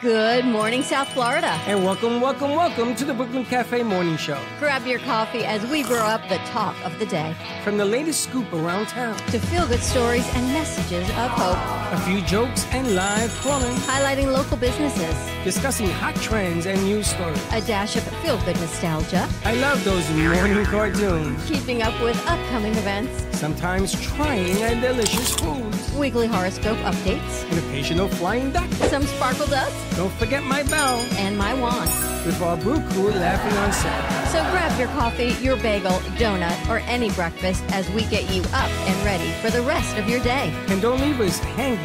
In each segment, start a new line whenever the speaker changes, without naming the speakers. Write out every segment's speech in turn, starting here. Good morning, South Florida.
And welcome, welcome, welcome to the Bookman Cafe Morning Show.
Grab your coffee as we brew up the talk of the day
From the latest scoop around town,
to feel good stories and messages of hope,
a few jokes and live calling,
highlighting local businesses,
discussing hot trends and news stories.
a dash of feel good nostalgia,
I love those morning cartoons.
keeping up with upcoming events,
Sometimes trying and delicious foods.
weekly horoscope updates,
An occasional flying duck.
some sparkle dust,
Don't forget my bell
and my wand.
with our brew crew laughing on set.
So grab your coffee, your bagel, donut, or any breakfast as we get you up and ready for the rest of your day.
And don't leave us hanging.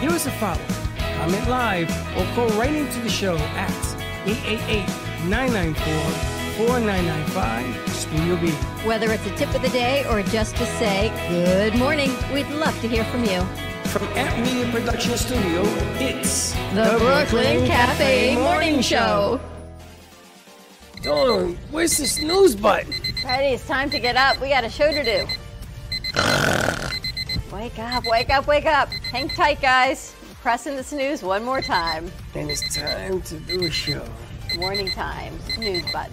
Give us a follow, comment live, or call right into the show at 888-994-4995 Studio B.
Whether it's a tip of the day or just to say good morning, we'd love to hear from you.
From Amp Media Production Studio, it's
The Brooklyn Cafe Morning Show.
Dawn, Oh, where's the snooze button?
Ready, it's time to get up. We got a show to do. wake up, wake up, wake up. Hang tight, guys. Pressing the snooze one more time.
And it's time to do a show.
Morning time, snooze button.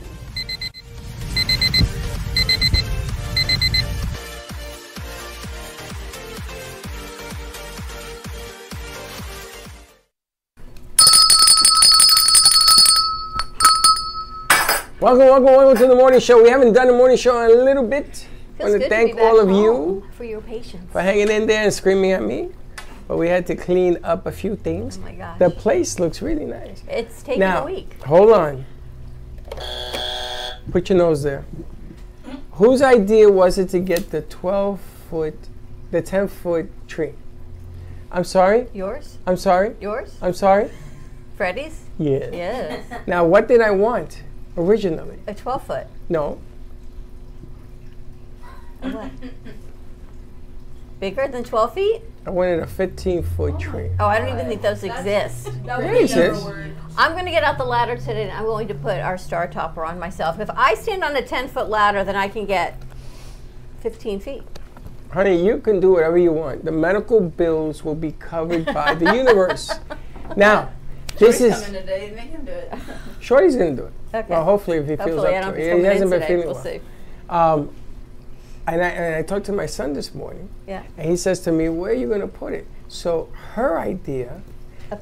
Welcome, welcome, welcome to the morning show. We haven't done a morning show in a little bit.
Feels
want
good
to thank
to be back
all of
home
you
for your patience. Oh
for hanging in there and screaming at me. But we had to clean up a few things. Oh
my gosh.
The place looks really nice.
It's taking
now,
a week.
hold on. Put your nose there. Whose idea was it to get the 12 foot, the 10 foot tree? I'm sorry.
Yours?
I'm sorry.
Yours?
I'm sorry.
Freddy's?
Yeah.
Yes.
Now, what did I want originally?
a 12 foot.
No.
What? Bigger than 12 feet?
I wanted a 15 foot tree.
Oh, I don't even think those exist.
There it is.
I'm going to get out the ladder today and I'm going to put our star topper on myself. If I stand on a 10 foot ladder, then I can get 15 feet.
Honey, you can do whatever you want. The medical bills will be covered by the universe. Now, this
coming
is
today. Make him do it.
Shorty's gonna do it.
Okay.
Well, hopefully, if he feels
Hopefully, I
up
don't
to it.
have to
He
come in
hasn't been
today.
feeling
We'll
well.
see.
Um, and I, and I talked to my son this morning,
Yeah.
and he says to me, "Where are you going to put it?" So her idea,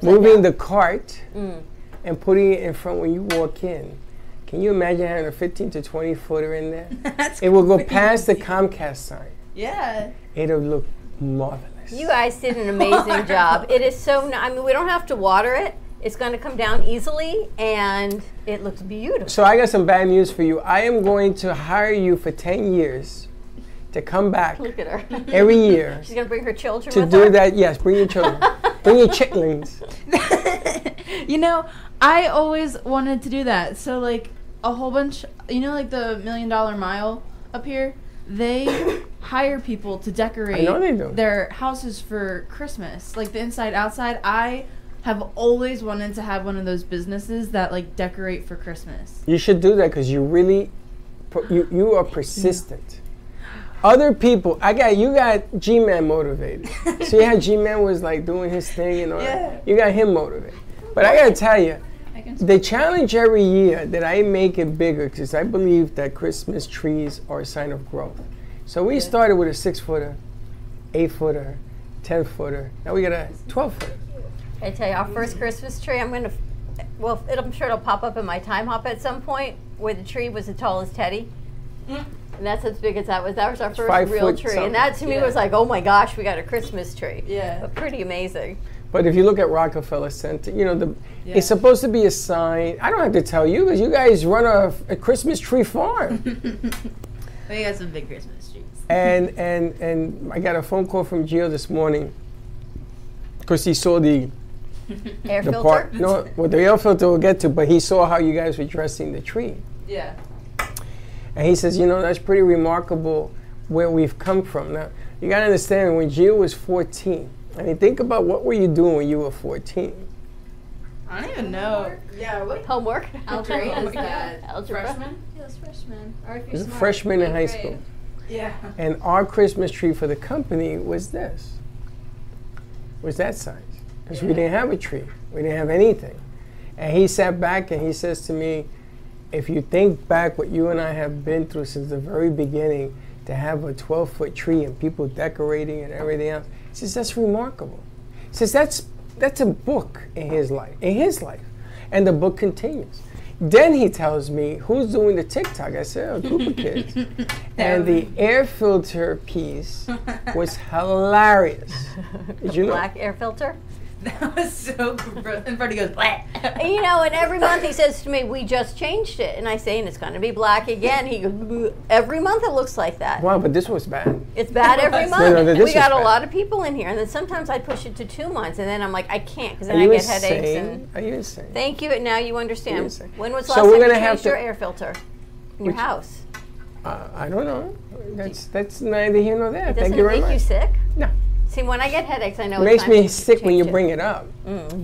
moving the cart and putting it in front when you walk in. Can you imagine having a 15 to 20 footer in there?
That's
it will go past the Comcast sign.
yeah.
It'll look marvelous.
You guys did an amazing job. It is so, n- I mean, we don't have to water it. It's going to come down easily and it looks beautiful.
so I got some bad news for you. I am going to hire you for 10 years to come back
Look at her.
every year
She's going to bring her children
to
with
do
her.
that. Yes, bring your children. bring your chitlins.
You know, I always wanted to do that. So like a whole bunch, you know, like the Million Dollar Mile up here. They hire people to decorate
I know they do.
their houses for Christmas, like the inside outside. I have always wanted to have one of those businesses that like decorate for Christmas.
You should do that because you really, per- you, you are persistent. Other people, I got you got G-Man motivated. See how G-Man was like doing his thing and all that. You got him motivated. But I gotta tell you,
I can
the challenge every year that I make it bigger because I believe that Christmas trees are a sign of growth. So we started with a six footer, eight footer, ten footer. Now we got a twelve footer.
I tell you, our first Christmas tree, I'm gonna, well, it, I'm sure it'll pop up in my time hop at some point, where the tree was the tallest teddy.
Mm-hmm.
And that's as big as that was. That was our
five
first real
foot
tree.
something.
And that to me
Yeah.
was like, oh my gosh, we got a Christmas tree.
Yeah.
But pretty amazing.
But if you look at Rockefeller Center, you know the it's supposed to be a sign. I don't have to tell you because you guys run a, a Christmas tree farm.
We got some big Christmas trees.
and and and I got a phone call from Gio this morning because he saw the
Air
the
filter.
part. No, well the air filter we'll get to, but he saw how you guys were dressing the tree,
Yeah.
and he says, you know, that's pretty remarkable where we've come from. Now you got to understand when Gio was 14. I mean, think about what were you doing when you were 14?
I don't even know.
Yeah, what
Homework.
grade is that?
Algebra.
Freshman?
Yes, freshman. Or if
He
you're
was a
smart,
freshman in
eighth
high
grade.
school.
Yeah.
And our Christmas tree for the company was this. Was that size. Because we didn't have a tree. We didn't have anything. And he sat back and he says to me, if you think back what you and I have been through since the very beginning, to have a 12 foot tree and people decorating and everything else, he says, that's remarkable. He says, that's, that's a book in his life, in his life. And the book continues. Then he tells me, who's doing the TikTok? I said, "Oh, a group of kids. and the air filter piece was hilarious. Did you know?
Black air filter.
That was so gross. And Freddie goes, black.
And, you know, and every month he says to me, "We just changed it," and I say, "And it's going to be black again." He goes, "Bleh." every month it looks like that.
Wow, but this was bad.
It's bad every
no,
month.
this
we
is
got a
bad.
lot of people in here, and then sometimes I push it to two months, and then I'm like, I can't because
Are
then I
you
get
insane?
headaches. And
Are you insane?
thank you, and now you
You're
understand.
insane.
When was
So
last
we're
time you
gonna have
changed your
to-
air filter in your
Which-
house?
Uh, I don't know. That's that's neither here nor there. Thank
Doesn't
you
it
very
make
much.
you sick?
No.
See, when I get headaches, I know
It
it's
makes
time
me
to
sick when
change
you
it. Mm.
bring it up.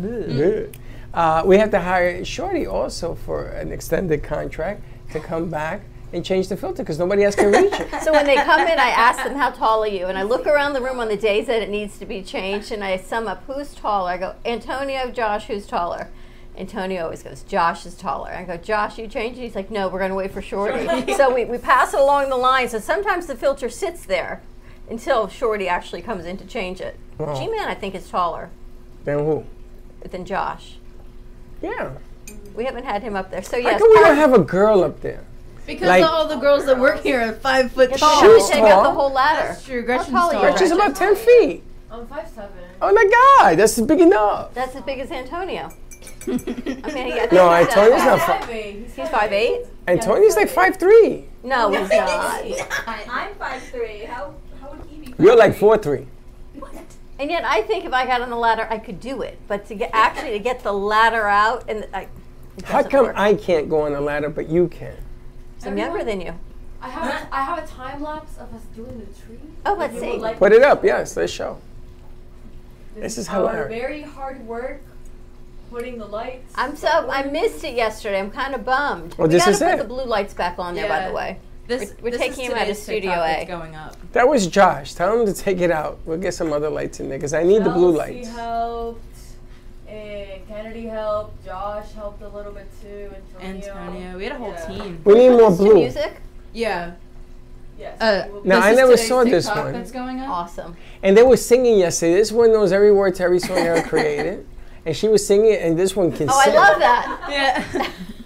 Ugh. Uh, we have to hire Shorty also for an extended contract to come back and change the filter because nobody else can reach it.
So when they come in, I ask them, "How tall are you?" And I look around the room on the days that it needs to be changed, and I sum up who's taller. I go, "Antonio, Josh, who's taller?" Antonio always goes, "Josh is taller." I go, "Josh, you changed?" it?" He's like, "No, we're going to wait for Shorty." so we, we pass it along the line. So sometimes the filter sits there until Shorty actually comes in to change it.
Wow.
G-Man, I think is taller
Then who?
than Josh.
Yeah.
We haven't had him up there. So
How
yes,
come we don't
part-
have a girl up there?
Because
Like-
all the girls that work here are five foot
so
tall.
we
She's
take out the
tall.
whole ladder.
That's true. Gretchen's
tall are you,
tall.
Gretchen?
She's about ten feet.
I'm five seven.
Oh my God, that's big enough.
That's as big as Antonio. I mean, I think
No,
he's that
Antonio's
fat.
not. Fi-
He's five eight.
Antonio's like five three.
No, he's not.
I'm five three. How how would he be?
You're like four three.
And yet, I think if I got on the ladder, I could do it. But to get actually to get the ladder out, and I, it
How
doesn't
come
work.
I can't go on a ladder but you can?
I'm younger than you?
I have a, I have a time lapse of us doing the tree.
Oh, let's
You would
see.
like
Put it up, yes. Let's show. This is
our
hilarious.
Very hard work putting the lights.
I'm so I missed it yesterday. I'm kind of bummed.
Well,
we
this
gotta
is
put
it.
the blue lights back on there, by
Yeah.
the way.
This,
We're- we're
this
taking
is
him out of
today's
Studio
TikTok
A.
that's going up.
That was Josh. Tell him to take it out. We'll get some other lights in there because I need the blue
Kelsey
lights.
helped. And Kennedy helped. Josh helped a little bit too.
Oh,
Antonio.
Antonio, we had a whole
Yeah.
team.
We need more
Listen to
blue.
music,
Yeah.
Yes.
Uh,
we will be-
No,
this
I
is
never
today's
saw this
TikTok
one.
That's going up.
awesome.
And they were singing yesterday. This one knows every word to every song ever created. And she was singing, and this one can
Oh, I
sing.
love that.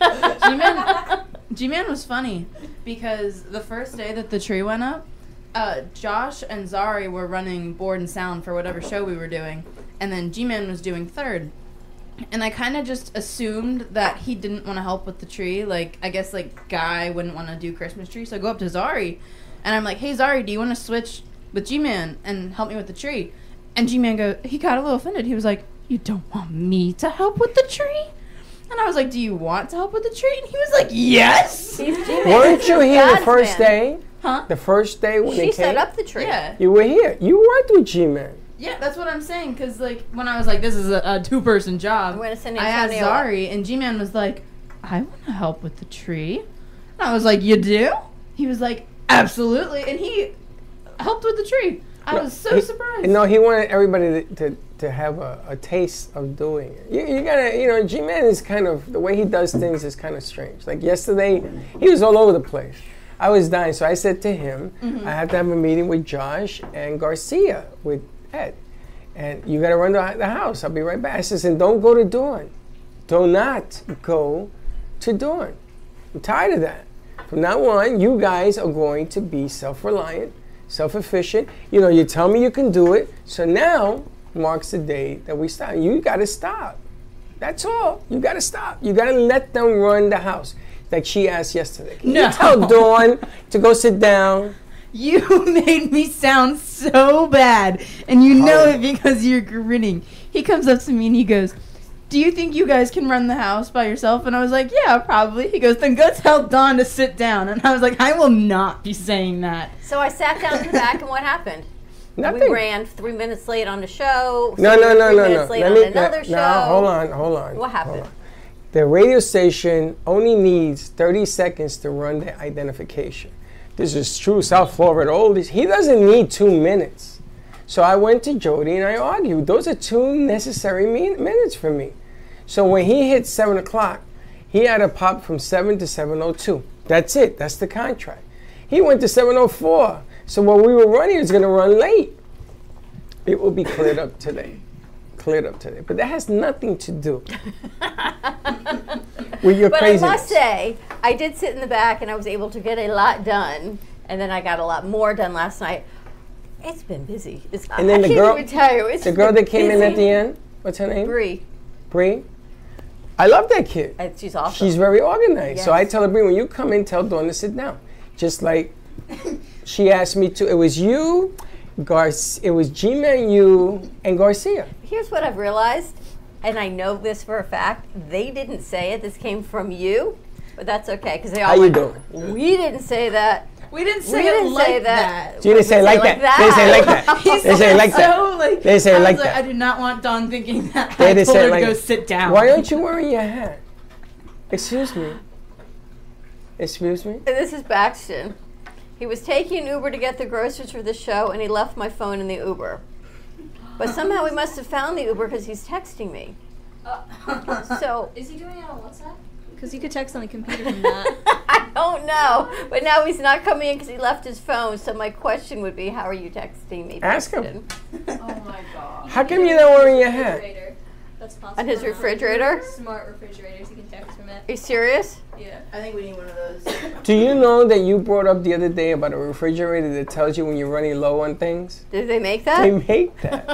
Yeah. G-Man, G-Man was funny because the first day that the tree went up, uh, Josh and Zari were running board and sound for whatever show we were doing, and then G-Man was doing third. And I kind of just assumed that he didn't want to help with the tree. Like, I guess, like, Guy wouldn't want to do Christmas tree. So I go up to Zari, and I'm like, hey, Zari, do you want to switch with G-Man and help me with the tree? And G-Man go, he got a little offended. He was like, you don't want me to help with the tree? And I was like, "Do you want to help with the tree?" And he was like, "Yes."
Weren't you here the
God's
first
man.
day?
Huh?
The first day when
She
it
set
came?
up the tree.
Yeah,
You were here. You worked with G-Man.
yeah. That's what I'm saying. Cause like when I was like, "This is a, a two-person job,"
I'm gonna send
I asked
Antonio. up.
Zari, and G-Man was like, "I want to help with the tree." And I was like, "You do?" He was like, "Absolutely," and he helped with the tree. I
No,
was so
he-
surprised.
No, he wanted everybody to, to, to have a, a taste of doing it. You, you gotta, you know, G-Man is kind of, the way he does things is kind of strange. Like yesterday, he was all over the place. I was dying, so I said to him,
Mm-hmm.
I have to have a meeting with Josh and Garcia, with Ed. And you gotta run to the house, I'll be right back. I says, and don't go to Dawn. Do not go to Dawn. I'm tired of that. From now on, you guys are going to be self reliant, self efficient. You know, you tell me you can do it. So now marks the day that we stop. You got to stop. That's all. You got to stop. You got to let them run the house. Like she asked yesterday. Can
No.
you tell Dawn to go sit down?
You made me sound so bad, and you know
Oh.
it because you're grinning. He comes up to me and he goes, "Do you think you guys can run the house by yourself?" And I was like, "Yeah, probably." He goes, "Then go tell Don to sit down." And I was like, "I will not be saying that."
So I sat down in the back, and what happened?
Nothing.
We ran three minutes late on the show.
No,
so
no,
we were
no,
three
no, no.
minutes Late on another
no,
show.
hold on, hold on. hold
What happened?
on. The radio station only needs 30 seconds to run their identification. This is true, South Florida. All this. He doesn't need two minutes. So I went to Jody and I argued. Those are two necessary min- minutes for me. So when he hit seven o'clock, he had a pop from seven to seven o two. That's it. That's the contract. He went to seven o four. So when we were running, he was going to run late. It will be cleared up today. Cleared up today. But that has nothing to do with your
But I
craziness.
must say, I did sit in the back and I was able to get a lot done, and then I got a lot more done last night. It's been busy. It's,
And then
I
the
can't
girl-
even tell you. It's
the girl
been
that came in
busy.
at the end, what's her name?
Bree,
Bree. I love that kid.
uh, she's awesome.
She's very organized. So I
Yes.
tell her, Bree, when you come in, tell Dawn to sit down. Just like she asked me to. It was you, Gar. It was Gina, you, and Garcia.
Here's what I've realized, and I know this for a fact. They didn't say it. This came from you, but that's okay because they all.
How you
went,
doing?
We didn't say that.
We didn't
we
say it
didn't
like
say
that.
that.
She didn't say it like that. They say it like that.
He
They say
said
it like
so,
that.
Like,
They say it
I was
like that.
I do not want Dawn thinking that.
They
I
just
told
say it
her
like
to go
that.
sit down.
Why aren't you wearing your hat? Excuse me. Excuse me.
This is Baxton. He was taking an Uber to get the groceries for the show, and he left my phone in the Uber. But somehow we must have found the Uber because he's texting me.
Uh,
So
Is he doing it on WhatsApp?
Because you could text on a computer from that.
I don't know. But now he's not coming in because he left his phone. So my question would be, how are you texting me?
Ask him.
Baxton?
Oh
um,
my god.
How come you're not wearing your hat?
Refrigerator. That's possible.
On his refrigerator?
Smart refrigerators, you can text from
Are
it.
you serious?
Yeah.
I think we need one of those.
Do you know that you brought up the other day about a refrigerator that tells you when you're running low on things?
Did they make
They
that?
make that.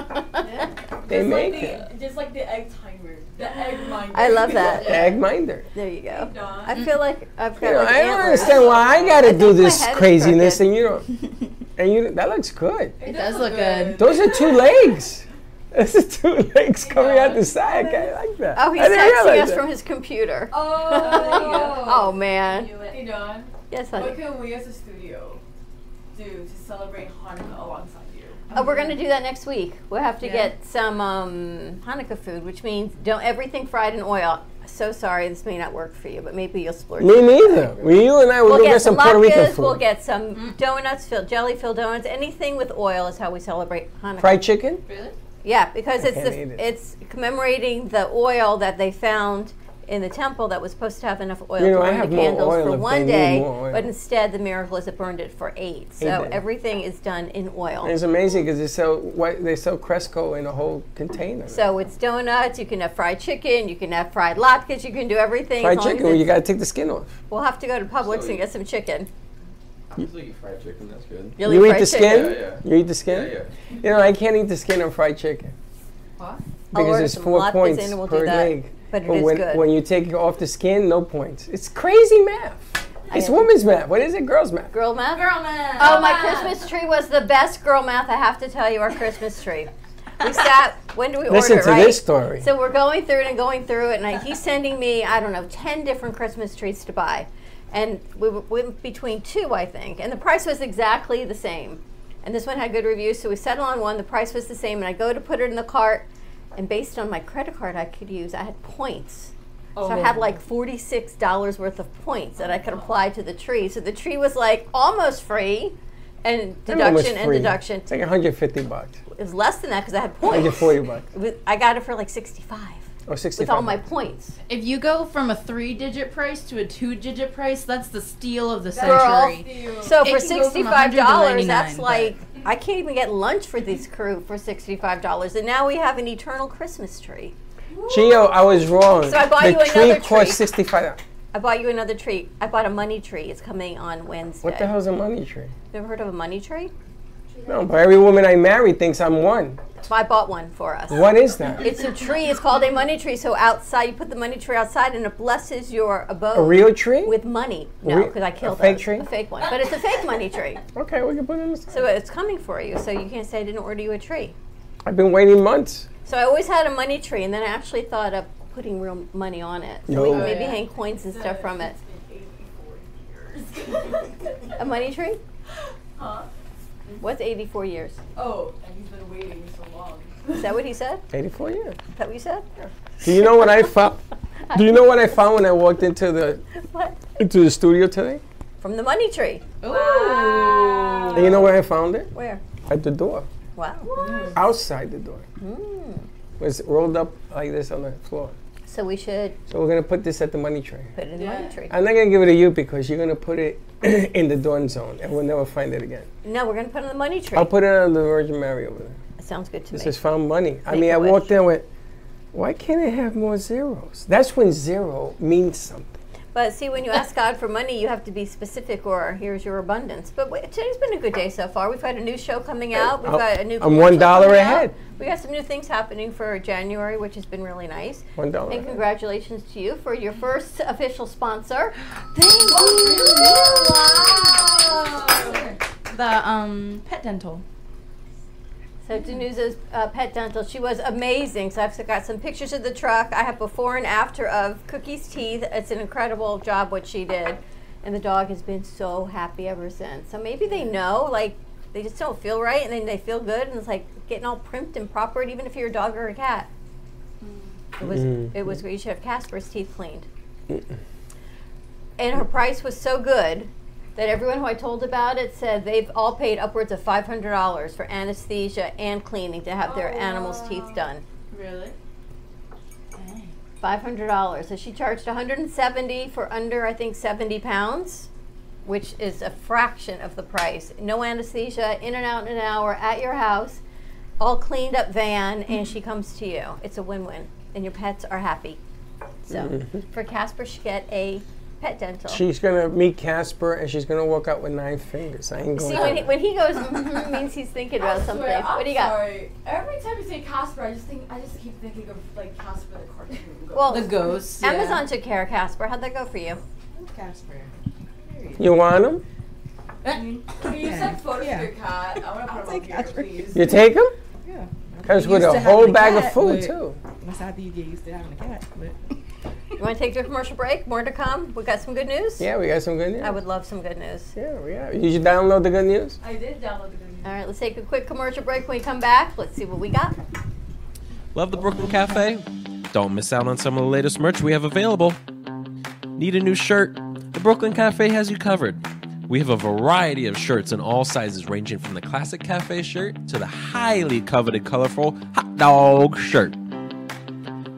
They
Just
make
like
it.
the, Just like the egg timer. The egg minder.
I love that.
Egg minder.
There you go.
Dawn.
I feel like I've got
You know,
like
I don't
antlers.
understand why I gotta
I
do
think my
this
head is
craziness
crooked.
and you don't. And you that looks good.
It
does look good.
Those are two legs. Those are two legs coming out the side. I like that.
Oh, he's
I didn't
texting
realize
us
that.
from his computer.
Oh.
Oh man.
Knew
Hey
it.
Don,
Yes,
what
honey.
can we as a studio do to celebrate Hanukkah alongside you?
Oh, we're gonna do that next week. We'll have to
Yeah.
get some um, Hanukkah food, which means don't everything fried in oil. So sorry, this may not work for you, but maybe you'll splurge.
Me neither. Well, you and I will
We'll
go
get,
get
some
some Puerto Rican
latkes.
food.
We'll get some donuts, filled, jelly filled donuts. Anything with oil is how we celebrate Hanukkah.
fried chicken.
Yeah, because
I
it's
can't eat
the,
it.
it's commemorating the oil that they found in the temple that was supposed to have enough oil
You know,
to
I
burn
have
the
more
candles
oil
for
if
one
they need
day,
more oil.
but instead the miracle is it burned it for eight. So
days.
everything is done in oil.
It's amazing because they sell what they sell Cresco in a whole container.
So it's donuts. You can have fried chicken. You can have fried latkes. You can do everything. as
fried
long as
chicken. Well, you
it's-
gotta take the skin off.
we'll have to go to Publix
So
and
you-
get some chicken.
I'm just like fried chicken. That's good.
You'll
You eat
fried
the
chicken.
Yeah,
skin.
yeah.
You eat the
Yeah,
skin.
yeah.
You know, I can't eat the skin of fried chicken
I'll
because
order
there's
some
four
latkes
points
and we'll do
per
that.
leg.
But it
But
is
when,
good.
when you take it off the skin, no points. It's crazy math. It's
know.
woman's math. What is it? Girl's math.
Girl math. Oh, my Christmas tree was the best girl math. I have to tell you, our Christmas tree. We sat. When do we
Listen
order?
to
right?
this story.
So we're going through it and going through it, and I, he's sending me I don't know ten different Christmas trees to buy, and we w- went between two I think, and the price was exactly the same, and this one had good reviews, so we settled on one. The price was the same, and I go to put it in the cart, and based on my credit card I could use, I had points. So I had like forty-six dollars worth of points that I could apply to the tree. So the tree was like almost free, and
That one was
deduction and
free.
deduction.
It's like 150 bucks,
It was less than that because I had points.
140 bucks,
It was- I got it for like sixty-five
or 65.
with all my points.
If you go from a three-digit price to a two-digit price, that's the steal of the
Girl.
century.
So for
It can go from
sixty-five
100
dollars,
to
that's
99, but-
like I can't even get lunch for this crew for sixty-five dollars, and now we have an eternal Christmas tree.
Gio, I was wrong.
So I bought
the
you
tree
another
cost
tree.
65.
I bought you another tree. I bought a money tree. It's coming on Wednesday.
What the hell's a money tree?
You ever heard of a money tree?
No, but every woman I marry thinks I'm one.
So I bought one for us.
What is that?
It's a tree. It's called a money tree. So outside, you put the money tree outside, and it blesses your abode
A real tree?
with money. No,
Re-
because I killed
a fake
those.
tree?
A fake one, but it's a fake money tree.
okay, we can put it in the
So it's coming for you. So you can't say I didn't order you a tree.
I've been waiting months.
So I always had a money tree, and then I actually thought of putting real money on it. So we
No.
can
Oh,
maybe
yeah.
hang coins and stuff from it.
It's been 84 years.
A money tree?
Huh?
What's 84 years?
Oh, and he's been waiting so long.
Is that what he said?
84 years.
Is that what you said?
Do you know what I found? Do you know what I found when I walked into the
What?
into the studio today?
From the money tree.
Ooh.
And you know where I found it?
Where?
At the door.
Wow. Hmm.
outside the door. Was rolled up like this on the floor.
So we should
So we're gonna put this at the money tray.
put it in
Yeah.
the money tree.
I'm not gonna give it to you because you're gonna put it in the dawn zone, and we'll never find it again.
No, we're going to put it in the money tree.
I'll put it on the Virgin Mary over there.
That sounds good to
Oh. This
me.
is found money. I
Make
mean,
a
I
wish.
walked in and went, why can't it have more zeros? That's when zero means something.
But see, when you ask God for money, you have to be specific, or here's your abundance. But wait, today's been a good day so far. We've had a new show coming out. We've
I'm-
got a new.
Oh, I'm
commercial
one dollar
coming
ahead.
out. We got some new things happening for January, which has been really nice.
One dollar.
And congratulations to you for your first official sponsor.
The um pet dental.
So Danuza's uh, pet dental, she was amazing. So I've got some pictures of the truck. I have before and after of Cookie's teeth. It's an incredible job what she did, and the dog has been so happy ever since. So maybe they know, like they just don't feel right, and then they feel good, and it's like getting all primped and proper, even if you're a dog or a cat. It was
Mm.
it was you should have Casper's teeth cleaned. And her price was so good that everyone who I told about it said they've all paid upwards of five hundred dollars for anesthesia and cleaning to have their animals' teeth done.
Really?
Five hundred dollars. So she charged one hundred and seventy for under I think seventy pounds, which is a fraction of the price. No anesthesia, in and out in an hour at your house, all cleaned up van, and she comes to you. It's a win-win, and your pets are happy. So for Casper, she get a pet dental.
She's gonna meet Casper and she's gonna walk out with nine fingers. I ain't going.
See
to
when he, when he goes "Mhm," means he's thinking about
I
something.
swear, I'm
what do you got?
Sorry. Every time you say Casper, I just think I just keep thinking of like Casper the cartoon.
Well,
The ghost.
Amazon took care of Casper. How'd that go for you?
Casper.
you want him?
Can you send photos
Yeah.
of your cat? I want to put them on here, please.
You take him?
Yeah.
Comes with
Used
a
to
whole
having a
bag of
cat,
food
but-
too.
That's how you get used to having a cat. But
You want to take your commercial break? More to come. We got some good news.
Yeah, we got some good news.
I would love some good news.
yeah, we got. Did you download the good news?
I did download the good
All right, let's take a quick commercial break. When we come back, let's see what we got.
Love the Brooklyn Cafe? Don't miss out on some of the latest merch we have available. Need a new shirt? The Brooklyn Cafe has you covered. We have a variety of shirts in all sizes, ranging from the classic cafe shirt to the highly coveted colorful hot dog shirt.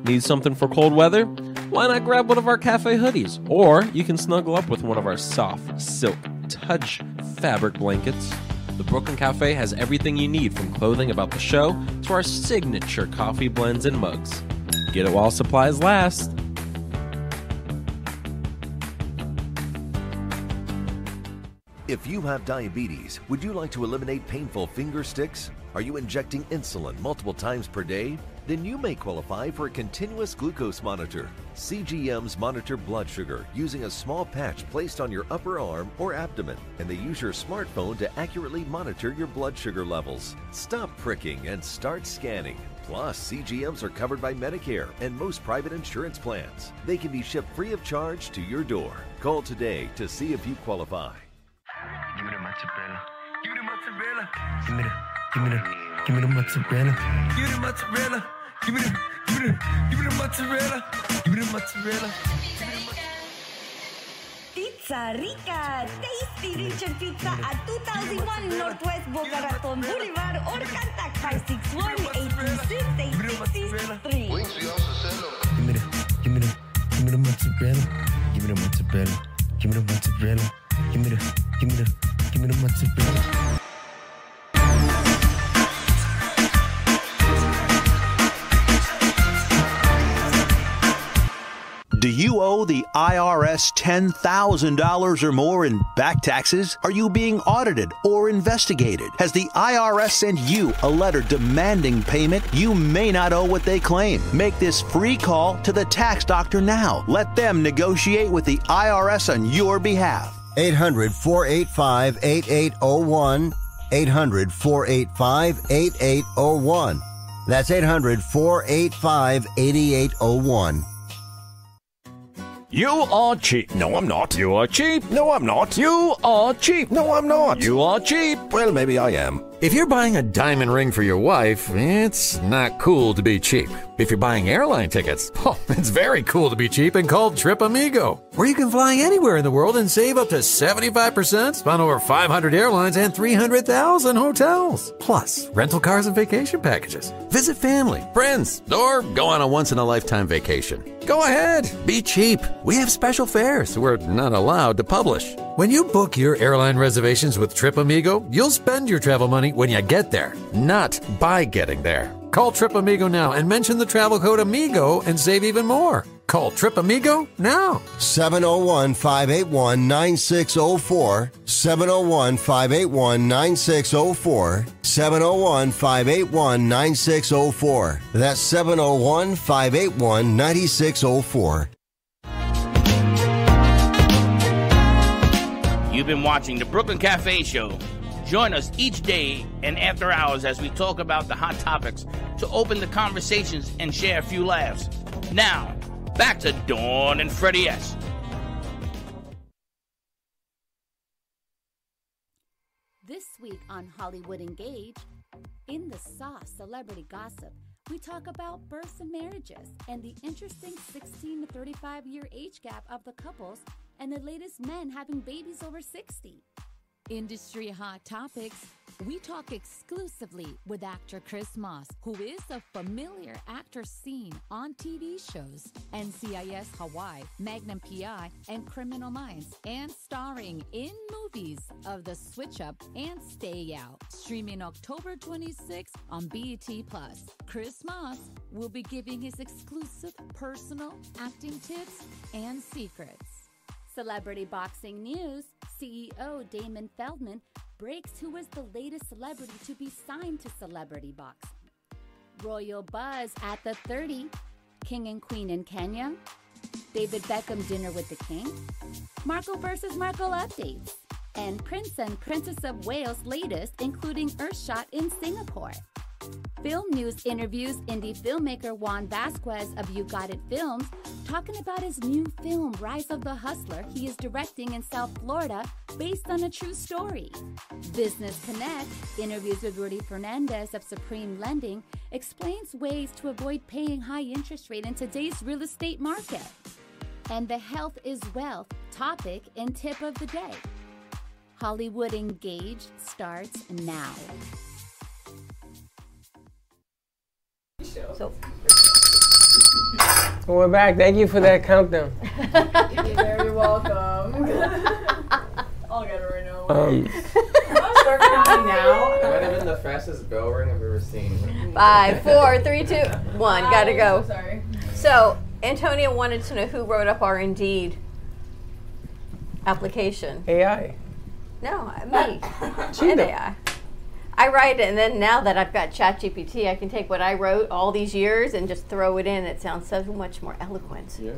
Need something for cold weather? Why not grab one of our cafe hoodies? Or you can snuggle up with one of our soft, silk, touch fabric blankets. The Brooklyn Cafe has everything you need from clothing about the show to our signature coffee blends and mugs. Get it while supplies last.
If you have diabetes, would you like to eliminate painful finger sticks? Are you injecting insulin multiple times per day? Then you may qualify for a continuous glucose monitor. CGMs monitor blood sugar using a small patch placed on your upper arm or abdomen, and they use your smartphone to accurately monitor your blood sugar levels. Stop pricking and start scanning. Plus, CGMs are covered by Medicare and most private insurance plans. They can be shipped free of charge to your door. Call today to see if you qualify.
give me the mozzarella. Give me the mozzarella. Give me the. Give me the. Give me the mozzarella. Give me the mozzarella. Give me the. Give me the. Give me the mozzarella. Give me the mozzarella.
Pizza Rica, tasty region pizza at 2001 Northwest Boca Raton Boulevard or contact 561-826-8663.
Give me the. Give me the. Give me the mozzarella. Give me the mozzarella. Give me the mozzarella. Give me the. Give me the. Give me the mozzarella.
Do you owe the IRS $10,000 or more in back taxes? Are you being audited or investigated? Has the IRS sent you a letter demanding payment? You may not owe what they claim. Make this free call to the tax doctor now. Let them negotiate with the IRS on your behalf.
800 485 8801. 800 485 8801. That's 800 485 8801.
You are cheap. No, I'm not. You are cheap. No, I'm not. You are cheap. No, I'm not. You are cheap. Well, maybe I am. If you're buying a diamond ring for your wife, it's not cool to be cheap. If you're buying airline tickets, oh, it's very cool to be cheap and called Trip Amigo, where you can fly anywhere in the world and save up to 75% on over 500 airlines and 300,000 hotels. Plus, rental cars and vacation packages. Visit family, friends, or go on a once in a lifetime vacation. Go ahead, be cheap. We have special fares we're not allowed to publish. When you book your airline reservations with TripAmigo, you'll spend your travel money when you get there, not by getting there. Call TripAmigo now and mention the travel code AMIGO and save even more. Call TripAmigo now.
701 581 9604. 701 581 9604. 701 581 9604. That's 701 581 9604.
You've been watching the Brooklyn Cafe Show. Join us each day and after hours as we talk about the hot topics to open the conversations and share a few laughs. Now, back to Dawn and Freddie S.
This week on Hollywood Engage, in the sauce celebrity gossip, we talk about births and marriages and the interesting 16 to 35 year age gap of the couples and the latest men having babies over 60. Industry Hot Topics, we talk exclusively with actor Chris Moss, who is a familiar actor seen on TV shows NCIS Hawaii, Magnum PI, and Criminal Minds, and starring in movies of The Switch Up and Stay Out. Streaming October 26th on BET Plus, Chris Moss will be giving his exclusive personal acting tips and secrets. Celebrity Boxing News CEO Damon Feldman breaks who was the latest celebrity to be signed to Celebrity Boxing. Royal Buzz at the 30, King and Queen in Kenya, David Beckham dinner with the King, Markle versus Markle updates, and Prince and Princess of Wales latest, including Earthshot in Singapore. Film News interviews indie filmmaker Juan Vasquez of You Got It Films, talking about his new film, Rise of the Hustler, he is directing in South Florida based on a true story. Business Connect interviews with Rudy Fernandez of Supreme Lending, explains ways to avoid paying high interest rate in today's real estate market. And the health is wealth topic and tip of the day. Hollywood Engage starts now.
So,
Well, we're back. Thank you for that countdown.
You're very welcome. I'll get it right now.
Um,
I'll start counting
That
now.
might have been the fastest bell ring I've ever seen.
Five, four, three, two, one.
Wow,
Gotta go.
I'm sorry.
So, Antonia wanted to know who wrote up our Indeed application.
AI.
No, me.
Cheetah.
and AI. I write it, and then now that I've got ChatGPT, I can take what I wrote all these years and just throw it in. It sounds so much more eloquent.
Yeah.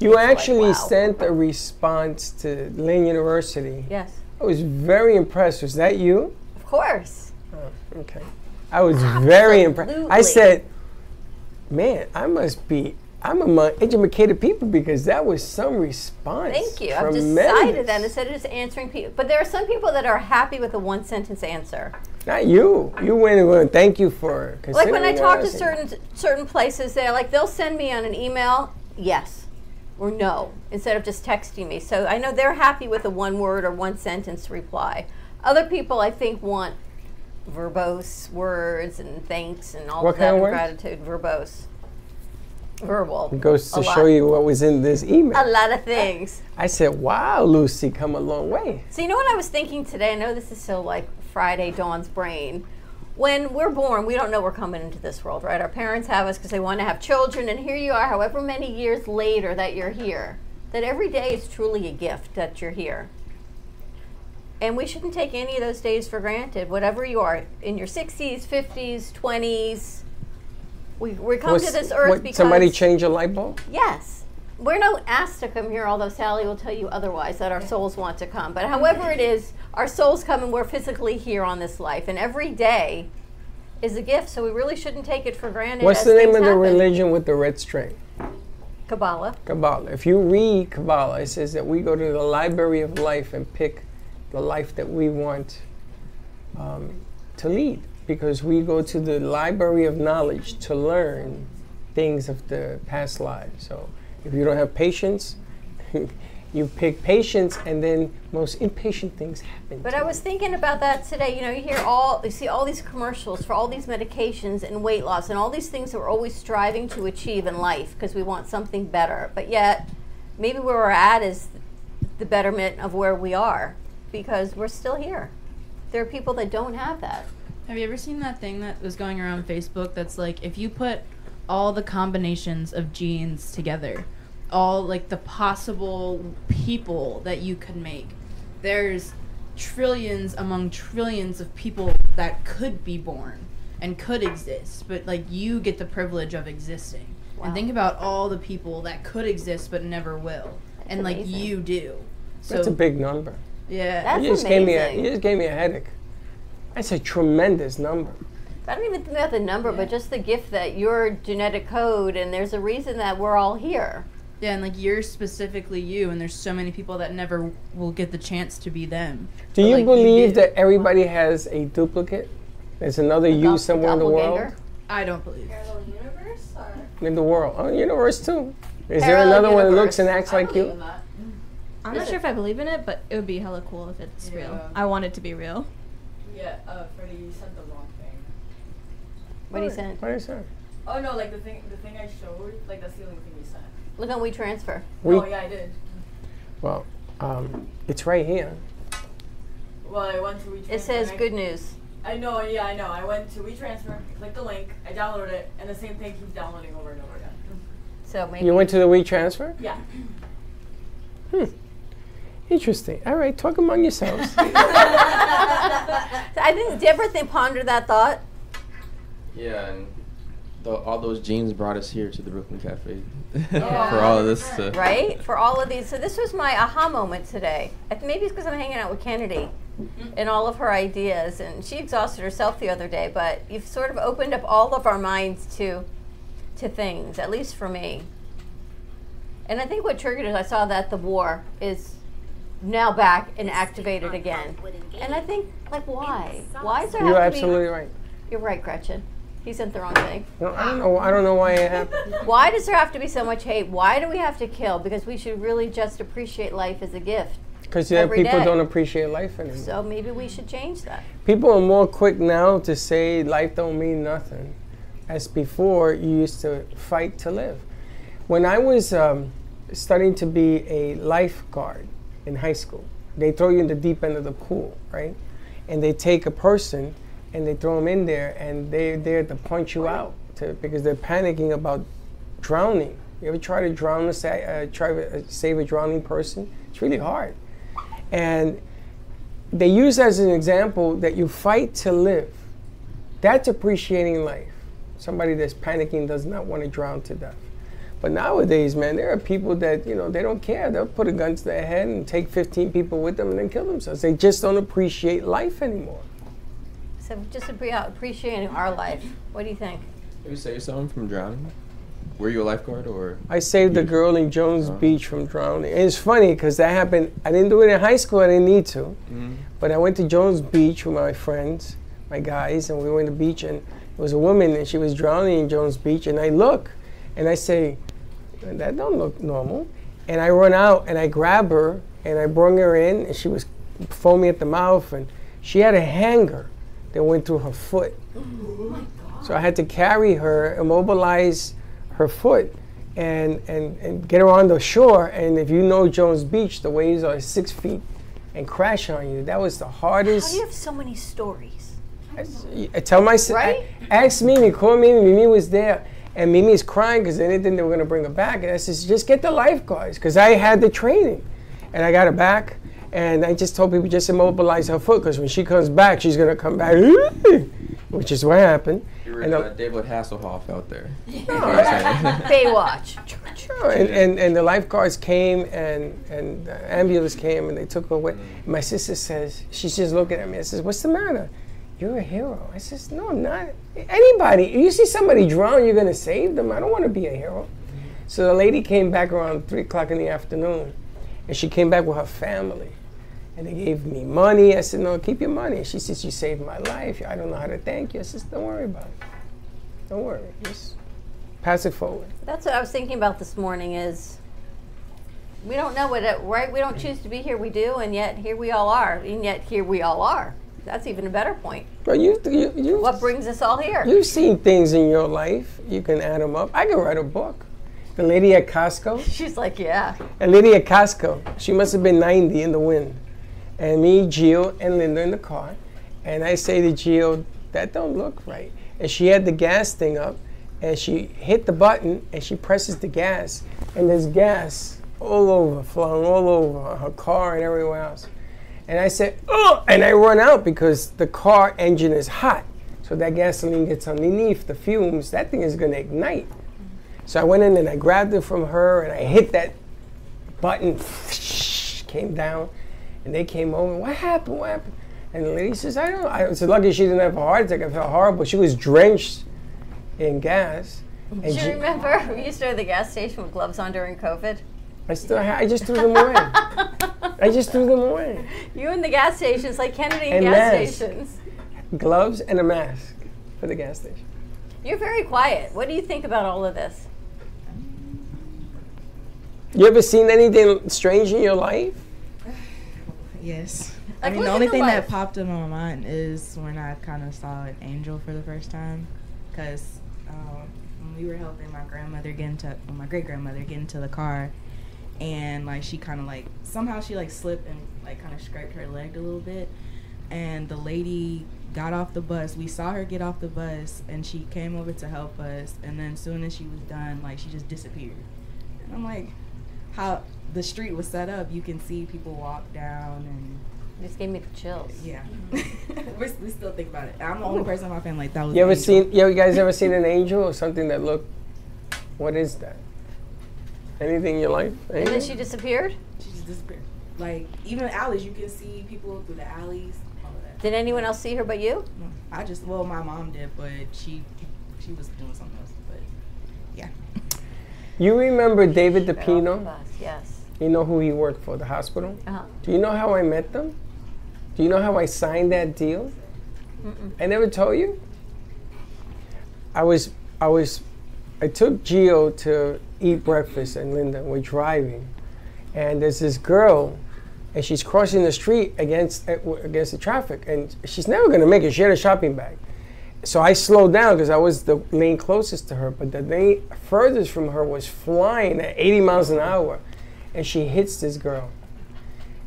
You actually sent a response to Lane University.
Yes.
I was very impressed. Was that you?
Of course.
okay. I was very impressed. I
Absolutely.
said, man, I must be, I'm among educated people because that was some response.
Thank you. I've
Tremendous.
decided that instead of just answering people, but there are some people that are happy with a one sentence answer.
Not you. You went and went, thank you for
Like when I
considering
talk to
us."
certain certain places, they're like they'll send me on an email, yes or no, instead of just texting me. So I know they're happy with a one word or one sentence reply. Other people, I think, want verbose words and thanks and all
What
of that
kind of
and
words?
gratitude. Verbose, verbal.
It goes
a
to
lot.
show you what was in this email.
a lot of things.
I said, wow, Lucy, come a long way.
So you know what I was thinking today? I know this is so like Friday Dawn's brain. When we're born, we don't know we're coming into this world, right? Our parents have us because they want to have children, and here you are, however many years later that you're here. That every day is truly a gift that you're here. And we shouldn't take any of those days for granted, whatever you are, in your 60s, 50s, 20s. We, we come to
Was-
this earth
what,
because.
Somebody change a light bulb?
Yes. We're not asked to come here, although Sally will tell you otherwise that our souls want to come. But however it is, our souls come and we're physically here on this life. And every day is a gift, so we really shouldn't take it for granted.
What's
as
the name
things
of the
happen.
religion with the red string?
Kabbalah.
Kabbalah. If you read Kabbalah, it says that we go to the library of life and pick the life that we want um, to lead because we go to the library of knowledge to learn things of the past lives. So if you don't have patience, You pick patience, and then most impatient things happen.
But I was thinking about that today. You know, you hear all, you see all these commercials for all these medications and weight loss and all these things that we're always striving to achieve in life because we want something better. But yet, maybe where we're at is the betterment of where we are because we're still here. There are people that don't have that.
Have you ever seen that thing that was going around Facebook that's like if you put all the combinations of genes together, all like the possible people that you could make, there's trillions among trillions of people that could be born and could exist, but like you get the privilege of existing. And think about all the people that could exist but never will. and like
amazing.
you do. So
That's a big number.
Yeah.
you just gave me a you just gave me a headache. That's a tremendous number.
I don't even think about the number, but just the gift that your genetic code, and there's a reason that we're all here.
Yeah, and like you're specifically you, and there's so many people that never will get the chance to be them.
Do
But,
you
like,
believe that everybody has a duplicate? There's another you somewhere in the world.
I don't believe.
Parallel universe? Or?
In the world, oh, universe too. Is there
Parallel
another one that
universe.
looks and acts like you?
I'm not sure if I believe in it, but it would be hella cool if it's real. I want it to be real.
Yeah, uh, Freddie, you sent the wrong thing.
What do you send?
What do you send?
Oh no, like the thing, the thing I showed, like that's the only thing you sent.
Look on WeTransfer.
We-
oh yeah, I did.
Well, um, it's right here.
Well, I went to WeTransfer.
It says
and I-
good news.
I know, yeah, I know. I went to WeTransfer, clicked the link, I downloaded it, and the same thing keeps downloading over and over again.
So maybe
You went to the WeTransfer?
Yeah.
Hmm. Interesting. All right, talk among yourselves.
I didn't. Did you ever think, ponder that thought?
Yeah, and the, all those genes brought us here to the Brooklyn Cafe
Yeah.
for all of this to
right? For all of these. So this was my aha moment today. I th- Maybe it's because I'm hanging out with Kennedy and all of her ideas. And she exhausted herself the other day, but you've sort of opened up all of our minds to to things, at least for me. And I think what triggered it, I saw that the war is now back and activated again. And I think, like, why? Why is there
You're
have to be-
absolutely right.
You're right, Gretchen. He sent the wrong thing.
No, I don't know. I don't know why it happened.
Why does there have to be so much hate? Why do we have to kill? Because we should really just appreciate life as a gift.
Because
Every
people
day.
don't appreciate life anymore.
So maybe we should change that.
People are more quick now to say life don't mean nothing, as before you used to fight to live. When I was um, studying to be a lifeguard in high school, they throw you in the deep end of the pool, right? And they take a person and they throw them in there, and they're there to punch you out to, because they're panicking about drowning. You ever try to drown a sa- uh, try to uh, save a drowning person? It's really hard, and they use as an example that you fight to live. That's appreciating life. Somebody that's panicking does not want to drown to death. But nowadays, man, there are people that, you know, they don't care. They'll put a gun to their head and take 15 people with them and then kill themselves. They just don't appreciate life anymore.
So just appre- appreciating our life. What do you think?
Did you save someone from drowning? Were you a lifeguard or?
I saved a girl in Jones Beach from drowning. And it's funny because that happened. I didn't do it in high school. I didn't need to.
Mhm.
But I went to Jones Beach with my friends, my guys, and we went to the beach. And it was a woman, and she was drowning in Jones Beach. And I look, and I say, "That don't look normal." And I run out, and I grab her, and I bring her in, and she was foaming at the mouth, and she had a hanger that went through her foot. So I had to carry her, immobilize her foot, and, and, and get her on the shore. And if you know Jones Beach, the waves are six feet and crash on you. That was the
How
hardest.
do you have so many stories?
I tell my sister,
Right?
ask Mimi, call Mimi. Mimi was there. And Mimi's crying because they didn't think they were going to bring her back. And I says, just get the lifeguards because I had the training. And I got her back. And I just told people just immobilize her foot because when she comes back, she's going to come back, which is what happened.
You were
And, uh,
uh, David Hasselhoff out there.
Baywatch.
Oh, and, and, and the lifeguards came and, and the ambulance came and they took her away. My sister says, she's just looking at me. I says, what's the matter? You're a hero. I says, no, I'm not. Anybody, you see somebody drown, you're going to save them. I don't want to be a hero. So the lady came back around 3 o'clock in the afternoon and she came back with her family. And they gave me money. I said, no, keep your money. She says, you saved my life. I don't know how to thank you. I says, don't worry about it. Don't worry. Just pass it forward.
That's what I was thinking about this morning is We don't know what it, right? We don't choose to be here. We do, and yet here we all are, and yet here we all are. That's even a better point.
Bro, you, you, you
What brings us all here?
You've seen things in your life. You can add them up. I can write a book. The lady at Costco.
She's like, yeah.
A lady at Costco. She must have been 90 in the wind. And me, Gio, and Linda in the car. And I say to Gio, that don't look right. And she had the gas thing up. And she hit the button and she presses the gas. And there's gas all over, flung all over her car and everywhere else. And I said, oh, and I run out because the car engine is hot. So that gasoline gets underneath the fumes. That thing is going to ignite. So I went in and I grabbed it from her and I hit that button, came down, and they came over. What happened? What happened? And the lady says, I don't know. I was lucky she didn't have a heart attack. I felt horrible. She was drenched in gas. And
Do you
she-
remember we used to go to the gas station with gloves on during COVID?
I still ha- I just threw them away. I just threw them away.
You and the gas stations, like Kennedy and,
And
gas
masks.
stations.
Gloves and a mask for the gas station.
You're very quiet. What do you think about all of this?
You ever seen anything strange in your life?
Yes. I
Like,
mean, the
look
only
at the
thing
lights.
that popped into my mind is when I kind of saw an angel for the first time, because um, when we were helping my grandmother get into, well, my great grandmother get into the car, and like she kind of like somehow she like slipped and like kind of scraped her leg a little bit, and the lady got off the bus. We saw her get off the bus, and she came over to help us, and then soon as she was done, like she just disappeared. And I'm like, how the street was set up, you can see people walk down and.
This gave me the chills.
Yeah. We're, we still think about it. I'm the only person in my family that was.
You ever
an angel.
seen? You guys ever seen an angel or something that looked? What is that? Anything in your life?
And then
Angel?
she
disappeared?
She just disappeared. Like, even alleys, you can see people through the alleys, all of that.
Did anyone else see her but you?
I just, well, my mom did, but she she was doing something else. But yeah.
You remember David DePino?
Yes.
You know who he worked for? The hospital.
Uh-huh.
Do you know how I met them? Do you know how I signed that deal?
Mm-mm.
I never told you. I was I was I took Gio to eat breakfast and Linda we're driving, and there's this girl, and she's crossing the street against uh, w- against the traffic, and she's never gonna make it. She had a shopping bag, so I slowed down because I was the lane closest to her, but the lane furthest from her was flying at 80 miles an hour, and she hits this girl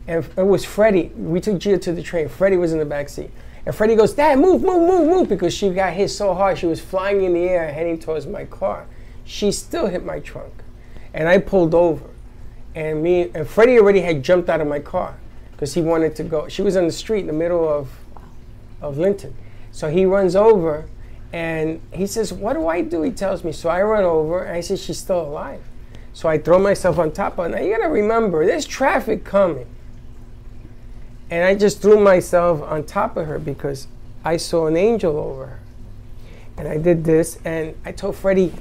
and it was Freddie. We took Gia to the train. Freddie was in the back seat, and Freddie goes, "Dad, move, move, move, move!" Because she got hit so hard, she was flying in the air, heading towards my car. She still hit my trunk, and I pulled over. And me and Freddie already had jumped out of my car because he wanted to go. She was on the street in the middle of of Linton, so he runs over, and he says, "What do I do?" He tells me. So I run over, and I say, "She's still alive." So I throw myself on top of her. Now you gotta remember, there's traffic coming. And I just threw myself on top of her because I saw an angel over her. And I did this, and I told Freddie,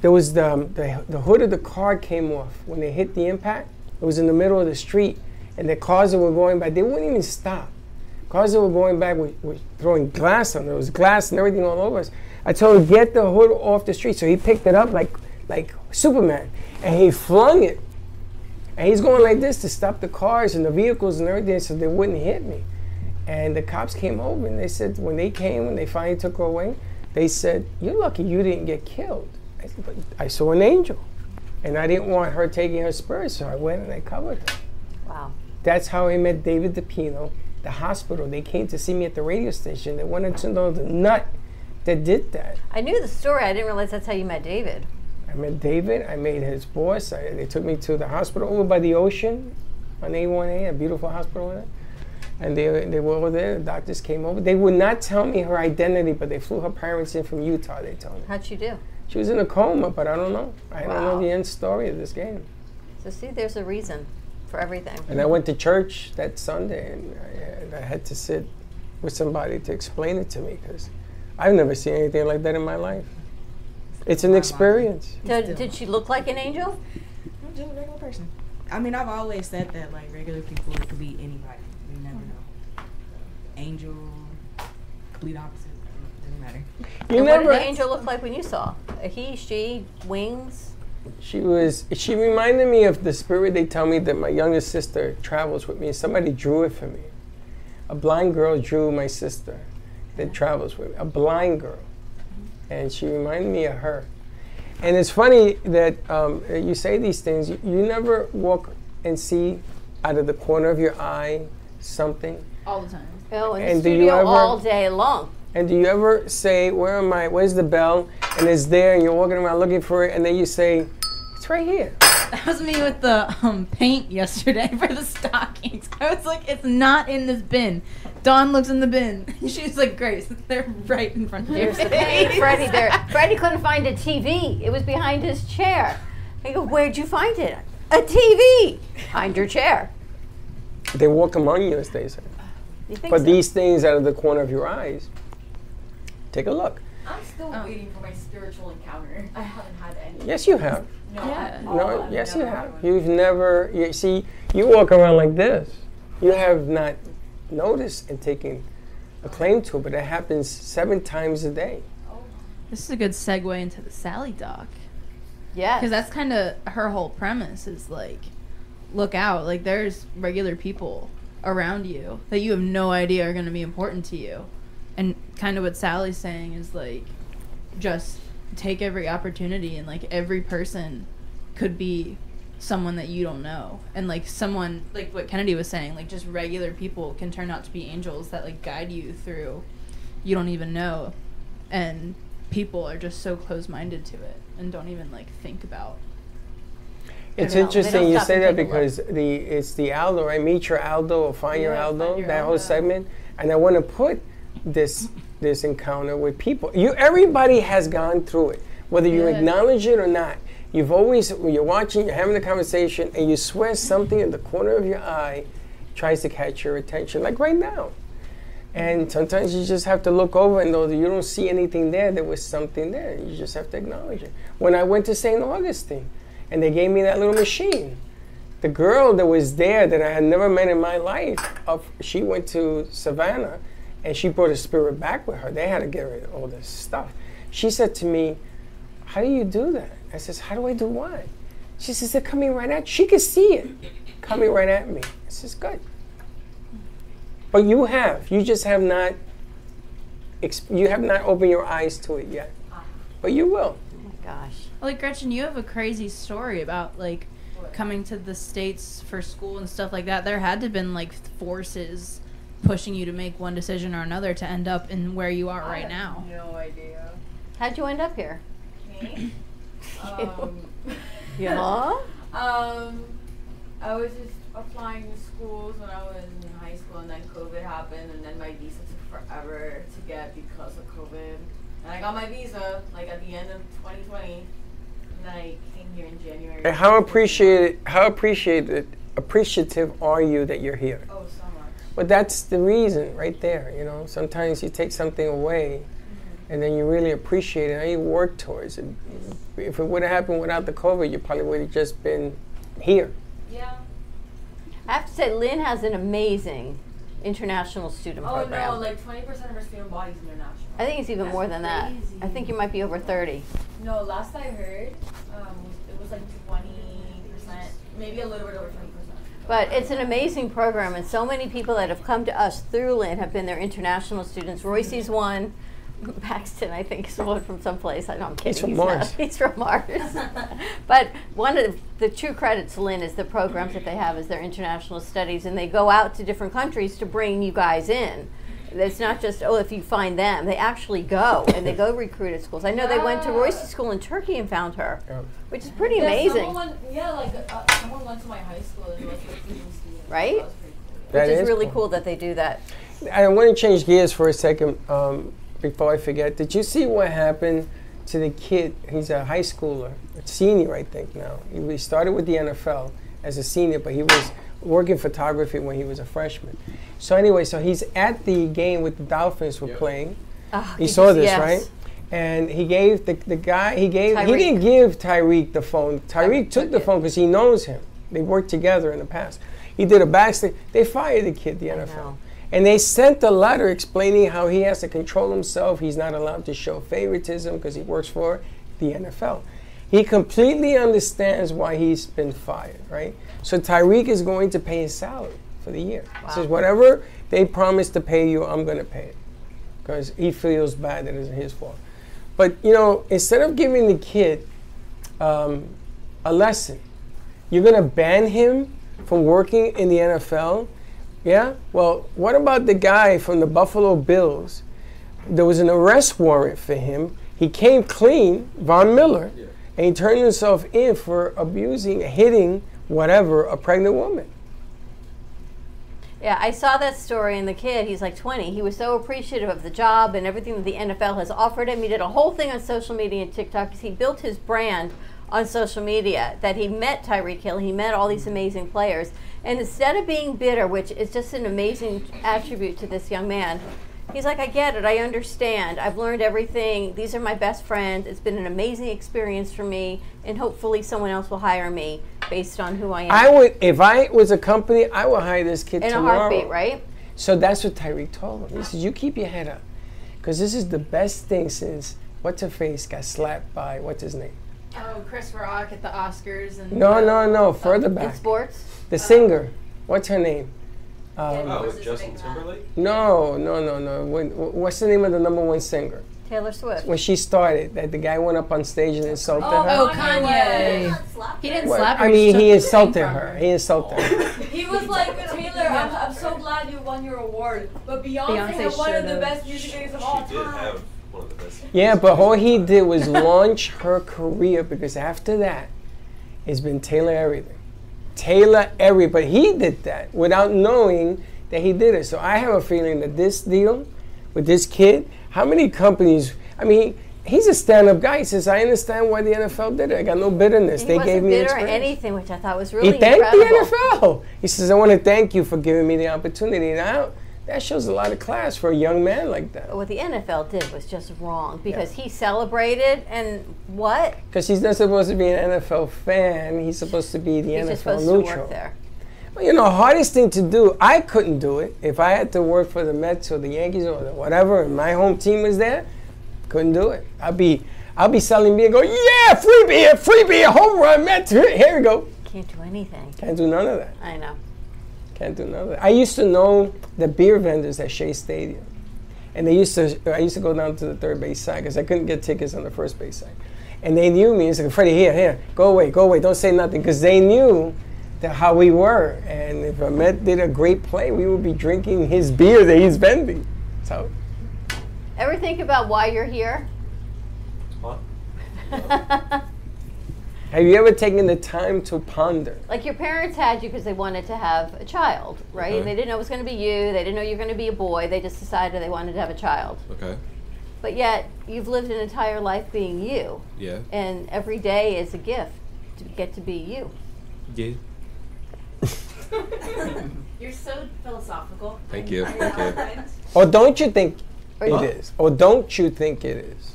there was the, um, the, the hood of the car came off when they hit the impact. It was in the middle of the street, and the cars that were going by, they wouldn't even stop. Cars that were going by were, were throwing glass on. There was glass and everything all over us. I told him, get the hood off the street. So he picked it up like, like Superman, and he flung it and he's going like this to stop the cars and the vehicles and everything so they wouldn't hit me. And the cops came over and they said, when they came, when they finally took her away, they said, You're lucky you didn't get killed. I said, But I saw an angel. And I didn't want her taking her spirit, so I went and I covered her.
Wow.
That's how I met David DePino, the hospital. They came to see me at the radio station. They wanted to know the nut that did that.
I knew the story. I didn't realize that's how you met David.
I met David. I made his boss. I, they took me to the hospital over by the ocean on A1A, a beautiful hospital in it. And they, they were over there. The doctors came over. They would not tell me her identity, but they flew her parents in from Utah, they told me.
How'd she do?
She was in a coma, but I don't know. I don't
Wow.
know the end story of this game.
So see, there's a reason for everything.
And I went to church that Sunday, and I, and I had to sit with somebody to explain it to me because I've never seen anything like that in my life. It's an experience.
So did she look like an angel?
I'm just a regular person. I mean, I've always said that, like, regular people could be anybody. You never know. Angel, complete opposite. Doesn't matter.
And what did the angel look like when you saw? A he, she, wings?
She was. She reminded me of the spirit. They tell me that my youngest sister travels with me. Somebody drew it for me. A blind girl drew my sister that travels with me. A blind girl, and she reminded me of her. And it's funny that um, you say these things. You, you never walk and see out of the corner of your eye something.
All the time.
Oh, in the
And do you
studio
ever-
all day long.
And do you ever say, "Where am I? Where's the bell?" And it's there, and you're walking around looking for it, and then you say, "It's right here."
That was me with the um, paint yesterday for the stockings. I was like, it's not in this bin. Dawn looks in the bin. She's like, Grace, they're right in front of you.
There's the paint. Freddie there. Freddie couldn't find a TV. It was behind his chair. I go, where'd you find it? A TV behind your chair.
They walk among you, as they say.
You think
But
so?
these things out of the corner of your eyes, take a look.
I'm still
Oh,
waiting for my spiritual encounter. I haven't had any.
Yes, you have.
No.
No, yes, you have. You've never. You, see, you walk around like this. You have not noticed and taken a claim to it, but it happens seven times a day.
This is a good segue into the Sally doc.
Yeah.
Because that's kind of her whole premise is like, look out. Like, there's regular people around you that you have no idea are going to be important to you. And kind of what Sally's saying is like, just take every opportunity and like every person could be someone that you don't know and like someone like what kennedy was saying like just regular people can turn out to be angels that like guide you through you don't even know and people are just so close-minded to it and don't even like think about
It's
They don't- they
interesting
don't
you
stop
say
and
that
take a look.
because the it's the Aldo, right? Meet your Aldo or find your
Yeah, find
Aldo,
your
that whole segment. And I want to put this this encounter with people. You everybody has gone through it, whether you
Yeah.
acknowledge it or not. You've always when you're watching, you're having a conversation, and you swear something in the corner of your eye tries to catch your attention, like right now. And sometimes you just have to look over, and though you don't see anything there, there was something there. You just have to acknowledge it. When I went to St. Augustine, and they gave me that little machine, the girl that was there that I had never met in my life, up, she went to Savannah, and she brought a spirit back with her. They had to get rid of all this stuff. She said to me, "How do you do that?" I says, "How do I do what?" She says, "They're coming right at." She could see it, coming right at me. This is good. But you have. You just have not. Exp- you have not opened your eyes to it yet. But you will.
Oh my gosh.
like gretchen you have a crazy story about like coming to the states for school and stuff like that there had to have been like forces pushing you to make one decision or another to end up in where you are
I
right
have
now
No idea.
How'd you end up here?
Me? um,
Your mom?
um, I was just applying to schools when I was in high school, and then COVID happened, and then my visa took forever to get because of COVID. And I got my visa like at the end of 2020, and then I came here in January.
And how appreciated? How appreciated? Appreciative are you that you're here?
Oh, so much.
But that's the reason right there, you know. Sometimes you take something away and then you really appreciate it and you work towards it. If it would have happened without the COVID, you probably would have just been here.
Yeah.
I have to say, Lynn has an amazing international student
Oh
program.
no, like 20% of our student body is international.
I think it's even
That's
more than that. I think you might be over 30.
No, last I heard, um, it was like 20%, maybe a little bit over 20%.
But it's an amazing program, and so many people that have come to us through Lynn have been their international students. Royce's one. Paxton, I think, is one from someplace. I know I'm kidding.
He's from
not-
Mars.
he's from Mars. but one of the true credits to Lynn is the programs that they have is their international studies, and they go out to different countries to bring you guys in. It's not just oh, if you find them, they actually go and they go recruit at schools. I know they went to Royce's school in Turkey and found her,
Oh.
which is pretty
Yeah,
amazing.
Someone, went- yeah, like uh, someone went to my high school and was like teaching students.
right?
That
Which is,
is
really cool. that they do that.
I want to change gears for a second um, before I forget. Did you see what happened to the kid? He's a high schooler, a senior, I think now. He was- started with the NFL as a senior, but he was working photography when he was a freshman. So anyway, so he's at the game with the Dolphins were playing.
Ah,
you
did
saw this,
yes.
right? And he gave the, the guy he gave he
Tyreek.
didn't give Tyreek the phone. Tyreek took the phone because he knows him. They worked together in the past. He did a backslide. They fired the kid, the NFL, and they sent a letter explaining how he has to control himself. He's not allowed to show favoritism because he works for the NFL. He completely understands why he's been fired, right? So Tyreek is going to pay his salary for the year. He says, whatever they promised to pay you, I'm going to pay it. Because he feels bad that it's his fault. But, you know, instead of giving the kid um, a lesson, you're going to ban him from working in the NFL? Yeah? Well, what about the guy from the Buffalo Bills? There was an arrest warrant for him. He came clean, Von Miller, and he turned himself in for abusing, hitting, whatever, a pregnant woman.
Yeah, I saw that story and the kid, he's like 20. He was so appreciative of the job and everything that the NFL has offered him. He did a whole thing on social media and TikTok 'cause he built his brand on social media that he met Tyreek Hill, he met all these amazing players. And instead of being bitter, which is just an amazing attribute to this young man, he's like, I get it. I understand. I've learned everything. These are my best friends. It's been an amazing experience for me. And hopefully, someone else will hire me based on who I am.
I would, if I was a company, I would hire this kid
in a
tomorrow.
heartbeat, right?
So that's what Tyreek told him. He says, "You keep your head up, because this is the best thing since what's her face got slapped by what's his name?
Oh, Chris Rock at the Oscars and
No, no, no, further back.
sports.
The singer, what's her name? Um,
Oh, with Justin Timberlake?
no, no, no, no. When, wh- what's the name of the number one singer?
Taylor Swift.
When she started, that the guy went up on stage and insulted her.
Oh,
Uh,
Kanye. He didn't
Well,
slap her.
I mean, he insulted her. He insulted her.
He was like, Taylor, I'm, I'm so glad you won your award, but Beyonce,
Beyonce
had one of the
should've.
best music videos of all time.
Yeah, but all he did was launch her career because after that, it's been Taylor everything. Taylor every, but he did that without knowing that he did it. So I have a feeling that this deal with this kid, how many companies? I mean, he's a stand-up guy. He says, "I understand why the NFL did it. I got no bitterness.
He
they
wasn't
gave me
bitter or
experience."
anything, which I thought was really
he thanked
incredible.
the NFL. He says, "I want to thank you for giving me the opportunity." Now that shows a lot of class for a young man like that.
What the NFL did was just wrong because he celebrated and what?
Because he's not supposed to be an NFL fan. He's supposed to be the
He's
NFL
just supposed
neutral.
to work there.
Well, you know, hardest thing to do. I couldn't do it if I had to work for the Mets or the Yankees or the whatever, and my home team was there. Couldn't do it. I'd be, I'd be selling beer. Go, yeah, free beer, free beer, home run, Mets. Here here we go.
Can't do anything.
Can't do none of that.
I know.
Can't do none of that. I used to know the beer vendors at Shea Stadium, and they used to. I used to go down to the third base side because I couldn't get tickets on the first base side, and they knew me. It's like Freddie, here, here, go away, go away, don't say nothing, because they knew that how we were. And if a Met did a great play, we would be drinking his beer that he's vending. So
Ever think about why you're here?
have you ever taken the time to ponder?
Like your parents had you because they wanted to have a child, right?
Okay.
They didn't know it was going to be you. They didn't know you were going to be a boy. They just decided they wanted to have a child.
Okay.
But yet, you've lived an entire life being you,
Yeah.
and every day is a gift to get to be you.
Yeah.
You're so philosophical.
Thank you. Thank you.
Or don't you think
Or
it
you-
is? Or don't you think it is?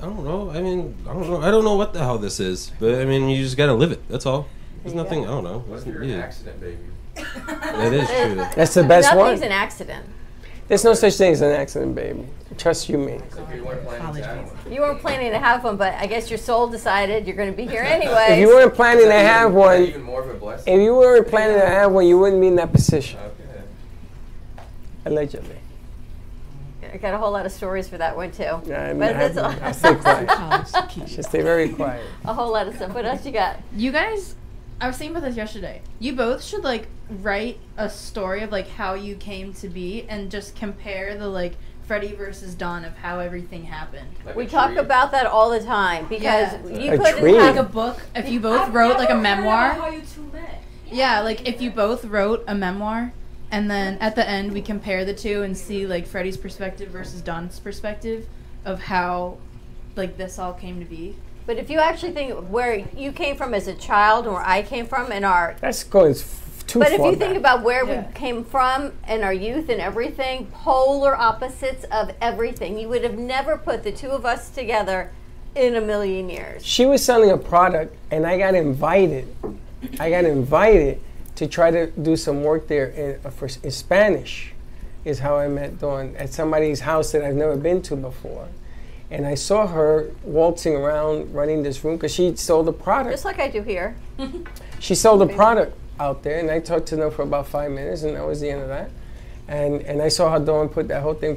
I don't know. I mean, I don't know. I don't know what the hell this is, but I mean, you just gotta live it. That's all. There's
There you
nothing.
go.
I don't know.
Unless you're an accident baby.
That is true.
That's the best
Nothing's
one.
an accident.
There's no such thing as an accident, baby. Trust you me.
You weren't planning to have one, but I guess your soul decided you're going to be here anyway.
If you weren't planning
Is
to
that even-
have
is that
one,
even more of a blessing?
if you weren't planning to have one, you wouldn't be in that position. Allegedly.
I got a whole lot of stories for that one too.
I mean,
but
I
that's a,
I stay quiet. Should stay very quiet.
a whole lot of stuff. What else you got?
You guys, I was thinking about this yesterday. You both should like write a story of like how you came to be and just compare the like Freddy versus Dawn of how everything happened.
we talk about that all the time because
Yeah.
you
A
couldn't
tree.
have
like a book if you both wrote like a memoir. How you two met. Yeah, like if you both wrote a memoir and then at the end we compare the two and see like Freddie's perspective versus Don's perspective of how like this all came to be.
But if you actually think of where you came from as a child and where I came from and our
That's going f- too
but if
far
you think
back.
about where
Yeah.
we came from and our youth and everything, polar opposites of everything. You would have never put the two of us together in a million years.
she was selling a product, and I got invited. I got invited to try to do some work there in, uh, for, in Spanish, is how I met Dawn at somebody's house that I've never been to before. and I saw her waltzing around running this room because she sold a product.
Just like I do here.
she sold a product out there, and I talked to them for about five minutes, and that was the end of that. And and I saw how Dawn put that whole thing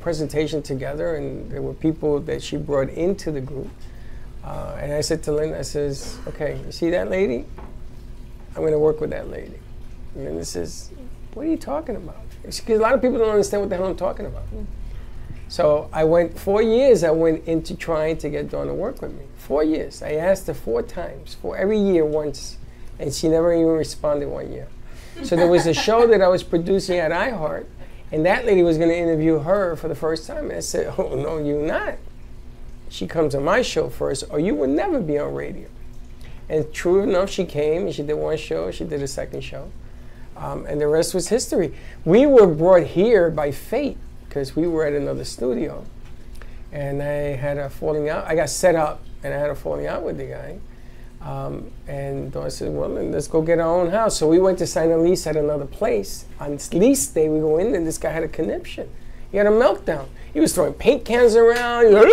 presentation together, and there were people that she brought into the group. Uh, and I said to Lynn, I says, okay, you see that lady? I'm going to work with that lady. And Linda says, what are you talking about? Because a lot of people don't understand what the hell I'm talking about. So I went four years. I went into trying to get Dawn to work with me. Four years. I asked her four times, for every year once, and she never even responded one year. So there was a show that I was producing at iHeart, and that lady was going to interview her for the first time. And I said, "Oh no, you not." She comes on my show first, or you will never be on radio. And true enough, she came and she did one show. She did a second show, um, and the rest was history. We were brought here by fate because we were at another studio and I had a falling out. I got set up and I had a falling out with the guy. Um, and Dawn said, Well, then let's go get our own house. So we went to sign a lease at another place. On s- lease day, we go in and this guy had a conniption. He had a meltdown. He was throwing paint cans around. He was,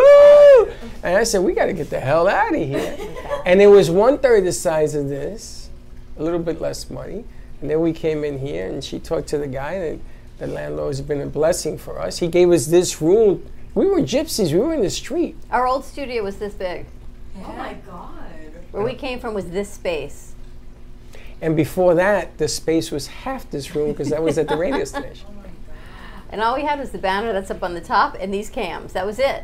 "Ooh!" and I said, We got to get the hell out of here. and it was one third the size of this, a little bit less money. And then we came in here and she talked to the guy and the landlord has been a blessing for us. He gave us this room. We were gypsies. We were in the street.
Our old studio was this big.
Oh my god.
Where we came from was this space.
And before that, the space was half this room because that was at the radio station.
And all we had was the banner that's up on the top and these cams. That was it.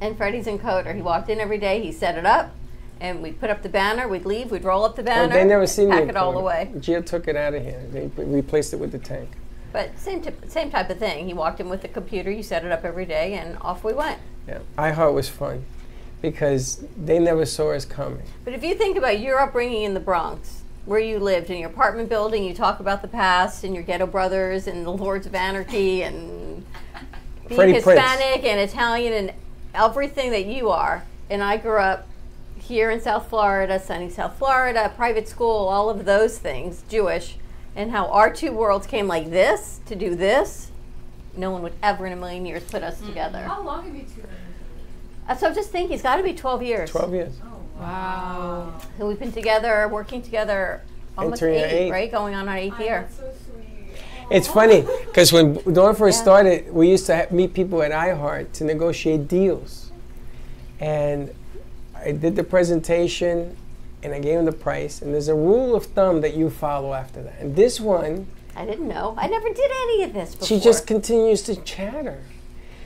And Freddie's encoder. He walked in every day, he set it up, and we'd put up the banner, we'd leave, we'd roll up the
Well,
banner,
Oh, they never seen
pack
me
it all the way.
Jill took it out of here. They p- replaced it with the tank.
But same, t- same type of thing. He walked in with the computer, you set it up every day, and off we went.
Yeah. iHeart was fun because they never saw us coming.
But if you think about your upbringing in the Bronx, where you lived in your apartment building, you talk about the past and your Ghetto Brothers and the Lords of Anarchy and being
Freddie Prinze.
Hispanic and Italian and everything that you are. And I grew up here in South Florida, sunny South Florida, private school, all of those things, Jewish, and how our two worlds came like this to do this. No one would ever in a million years put us together.
How long have you two been?
Uh, So I'm just thinking, it's got to be 12 years.
12 years.
Wow. So we've been together, working together almost
Entering our
eight,
eighth.
right? Going on our eighth year.
Oh,
Oh.
It's funny because when Dawn first started, we used to ha- meet people at iHeart to negotiate deals. And I did the presentation and I gave him the price. And there's a rule of thumb that you follow after that. And this one,
I didn't know. I never did any of this before.
she just continues to chatter.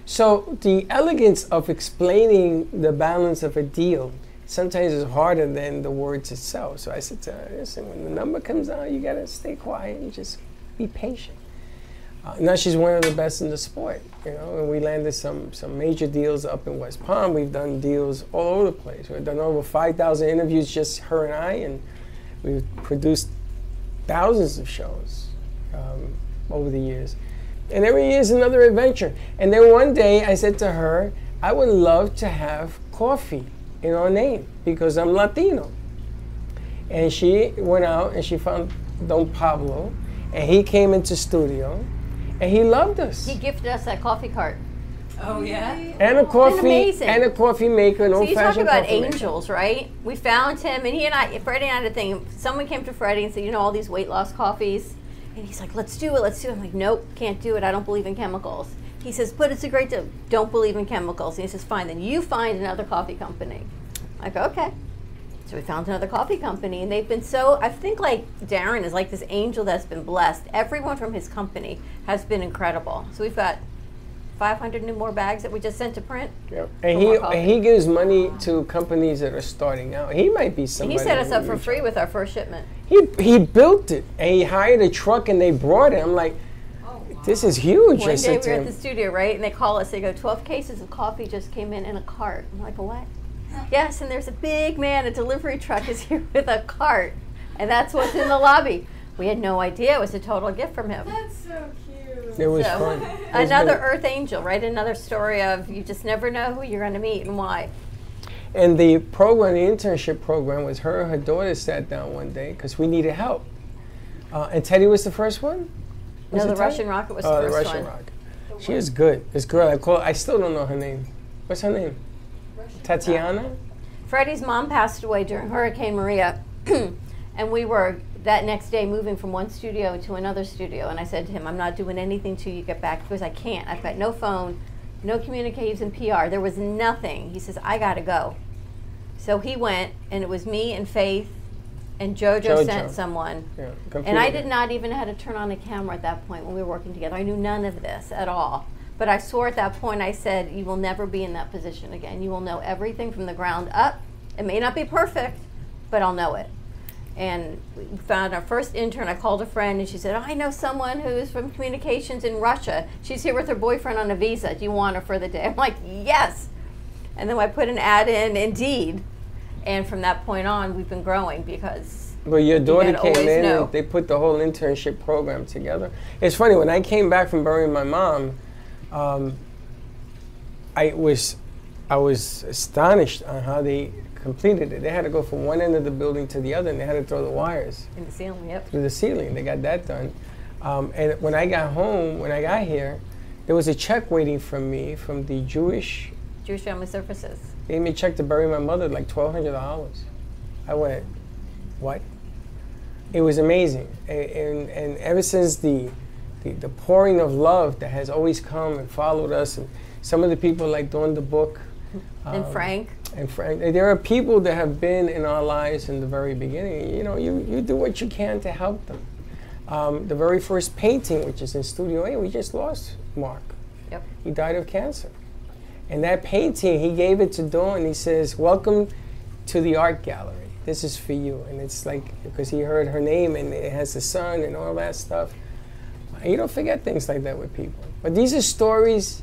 So the elegance of explaining the balance of a deal sometimes is harder than the words itself. So I said to her, listen, when the number comes out, you gotta stay quiet and just be patient. Uh, now she's one of the best in the sport, you know. And we landed some some major deals up in West Palm. We've done deals all over the place. We've done over five thousand interviews, just her and I, and we've produced thousands of shows um, over the years. And every year is another adventure. And then one day I said to her, I would love to have coffee in our name because I'm Latino. And she went out and she found Don Pablo, and he came into studio, and he loved us.
He gifted us that coffee cart. Oh yeah.
And a coffee,
amazing.
and a coffee maker, an
So you talk
old-fashioned
about
coffee maker.
angels, right? We found him, and he and I, Freddie and I had a thing. Someone came to Freddie and said, "You know all these weight loss coffees," and he's like, "Let's do it, let's do it." I'm like, "Nope, can't do it. I don't believe in chemicals." He says, "But it's a great deal. Don't believe in chemicals." And he says, "Fine, then you find another coffee company." I go, "Okay." So we found another coffee company, and they've been so. I think like Darren is like this angel that's been blessed. Everyone from his company has been incredible. So we've got 500 new more bags that we just sent to print.
Yep.
for
And
more
he
coffee.
and he gives money to companies that are starting out. He might be
And
somebody.
he set us
that
up
we
for
reach
free with our first shipment.
He he built it and he hired a truck and they brought it. I'm like, this is huge. I
One day
said
we
to
were
him,
at the studio, right? And they call us. They go, 12 cases of coffee just came in in a cart. I'm like, what? Yes, and there's a big man, a delivery truck is here with a cart. And that's what's in the lobby. We had no idea. It was a total gift from him.
That's so cute.
It was fun. It was
another
very-
earth angel, right? Another story of you just never know who you're going to meet and why.
and the program, the internship program, was her and her daughter sat down one day because we needed help. Uh, and Teddy was the first one. Was
no,
it
the
Teddy?
Russian rocket was
Oh,
the first
Russian
one.
rocket. She was good. This girl, I call. I still don't know her name. What's her name? Tatiana?
Freddie's mom passed away during Hurricane Maria, and we were that next day moving from one studio to another studio. And I said to him, "I'm not doing anything till you get back." He goes, "I can't. I've got no phone, no communications, PR. There was nothing." He says, "I gotta go." So he went, and it was me and Faith, and JoJo,
JoJo.
sent someone.
Yeah,
And I
computer.
did not even know how to turn on a camera at that point when we were working together. I knew none of this at all. But I swore at that point, I said, You will never be in that position again. You will know everything from the ground up. It may not be perfect, but I'll know it. And we found our first intern. I called a friend and she said, oh, I know someone who's from communications in Russia. She's here with her boyfriend on a visa. Do you want her for the day? I'm like, Yes. And then I put an ad in Indeed. And from that point on, we've been growing because
But your daughter
gotta
came
always
in
know.
and they put the whole internship program together. It's funny, when I came back from burying my mom, um, I was I was astonished on how they completed it. They had to go from one end of the building to the other and they had to throw the wires
in the ceiling, yep.
through the ceiling. They got that done. Um, and when I got home, when I got here, there was a check waiting for me from the Jewish
Jewish Family Services.
They gave me a check to bury my mother, like twelve hundred dollars. I went, what? It was amazing, A- and and, ever since the, the the pouring of love that has always come and followed us, and some of the people like doing the book,
And
um,
Frank.
and Frank, there are people that have been in our lives in the very beginning. You know, you you do what you can to help them. Um, the very first painting, which is in Studio A, we just lost Mark.
Yep.
He died of cancer. And that painting, he gave it to Dawn. He says, Welcome to the art gallery. This is for you. And it's like, because he heard her name and it has the sun and all that stuff. You don't forget things like that with people. But these are stories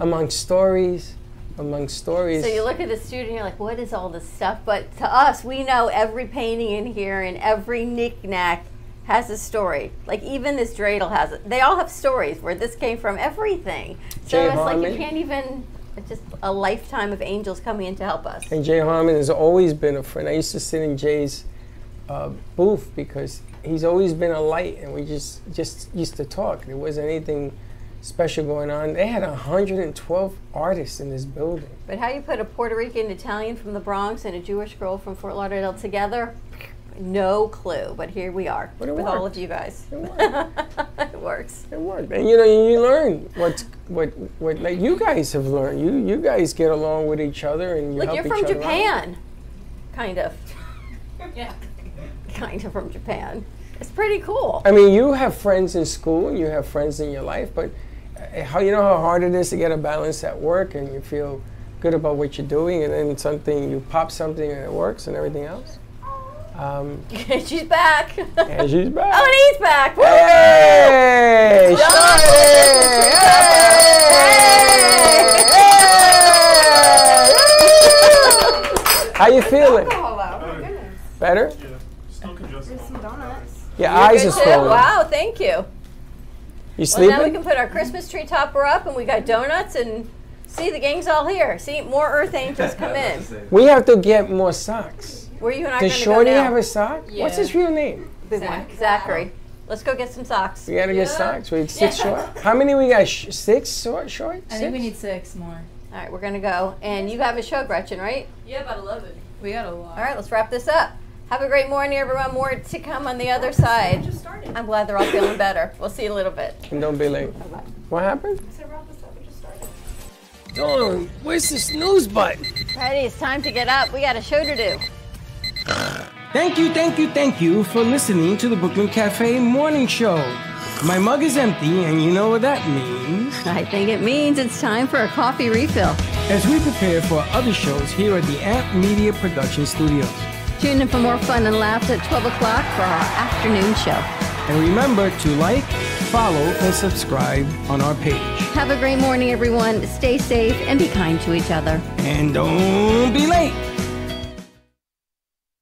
among stories among stories.
So you look at the studio and you're like, what is all this stuff? But to us, we know every painting in here and every knickknack has a story. Like even this dreidel has it. They all have stories where this came from, everything. So
Jay
it's like
Harmon.
you can't even, it's just a lifetime of angels coming in to help us.
And Jay Harmon has always been a friend. I used to sit in Jay's uh, booth because he's always been a light, and we just just used to talk. There wasn't anything special going on. They had 112 artists in this building.
But how you put a Puerto Rican Italian from the Bronx and a Jewish girl from Fort Lauderdale together, no clue. But here we are
But
with
it
all
worked.
of you guys. it works.
It worked. And you know, you learn what what what like you guys have learned. You you guys get along with each other, and you
Look,
help
you're
each
from
other out.
Japan. Kind of.
yeah.
Kind of from Japan. It's pretty cool.
I mean, you have friends in school and you have friends in your life, but uh, how you know how hard it is to get a balance at work and you feel good about what you're doing, and then something you pop something and it works and everything else. Um,
she's back.
and she's back.
Oh, and he's back. Woo!
Hey! How you feeling? Better? Your
You're
eyes
good
are
too?
swollen.
Wow, thank you.
You
Well, now we
sleeping?
can put our Christmas tree topper up and we got donuts and see, the gang's all here. See, more earth angels come in.
We have to get more socks.
Where you and I going
Does
to
Shorty
go now?
have a sock? What's his real name?
Big one. Zachary. Let's go get some socks.
We gotta get socks. We six
Yeah.
short. How many we got? Sh- six short? Short?
I think we
need six more.
All right, we're going to go. And you have a show, Gretchen, right?
Yeah, about 11.
We got a lot.
All right, let's wrap this up. Have a great morning, everyone. More to come on the other side. I'm glad they're all feeling better. We'll see you in a little bit.
And don't be late. What happened? Dawn, where's the snooze button?
Ready? It's time to get up. We got a show to do.
Thank you, thank you, thank you for listening to the Brooklyn Cafe Morning Show. My mug is empty, and you know what that means.
I think it means it's time for a coffee refill.
As we prepare for other shows here at the Amp Media Production Studios.
Tune in for more fun and laughter at 12 o'clock for our afternoon show.
And remember to like, follow, and subscribe on our page.
Have a great morning, everyone. Stay safe and be kind to each other.
And don't be late.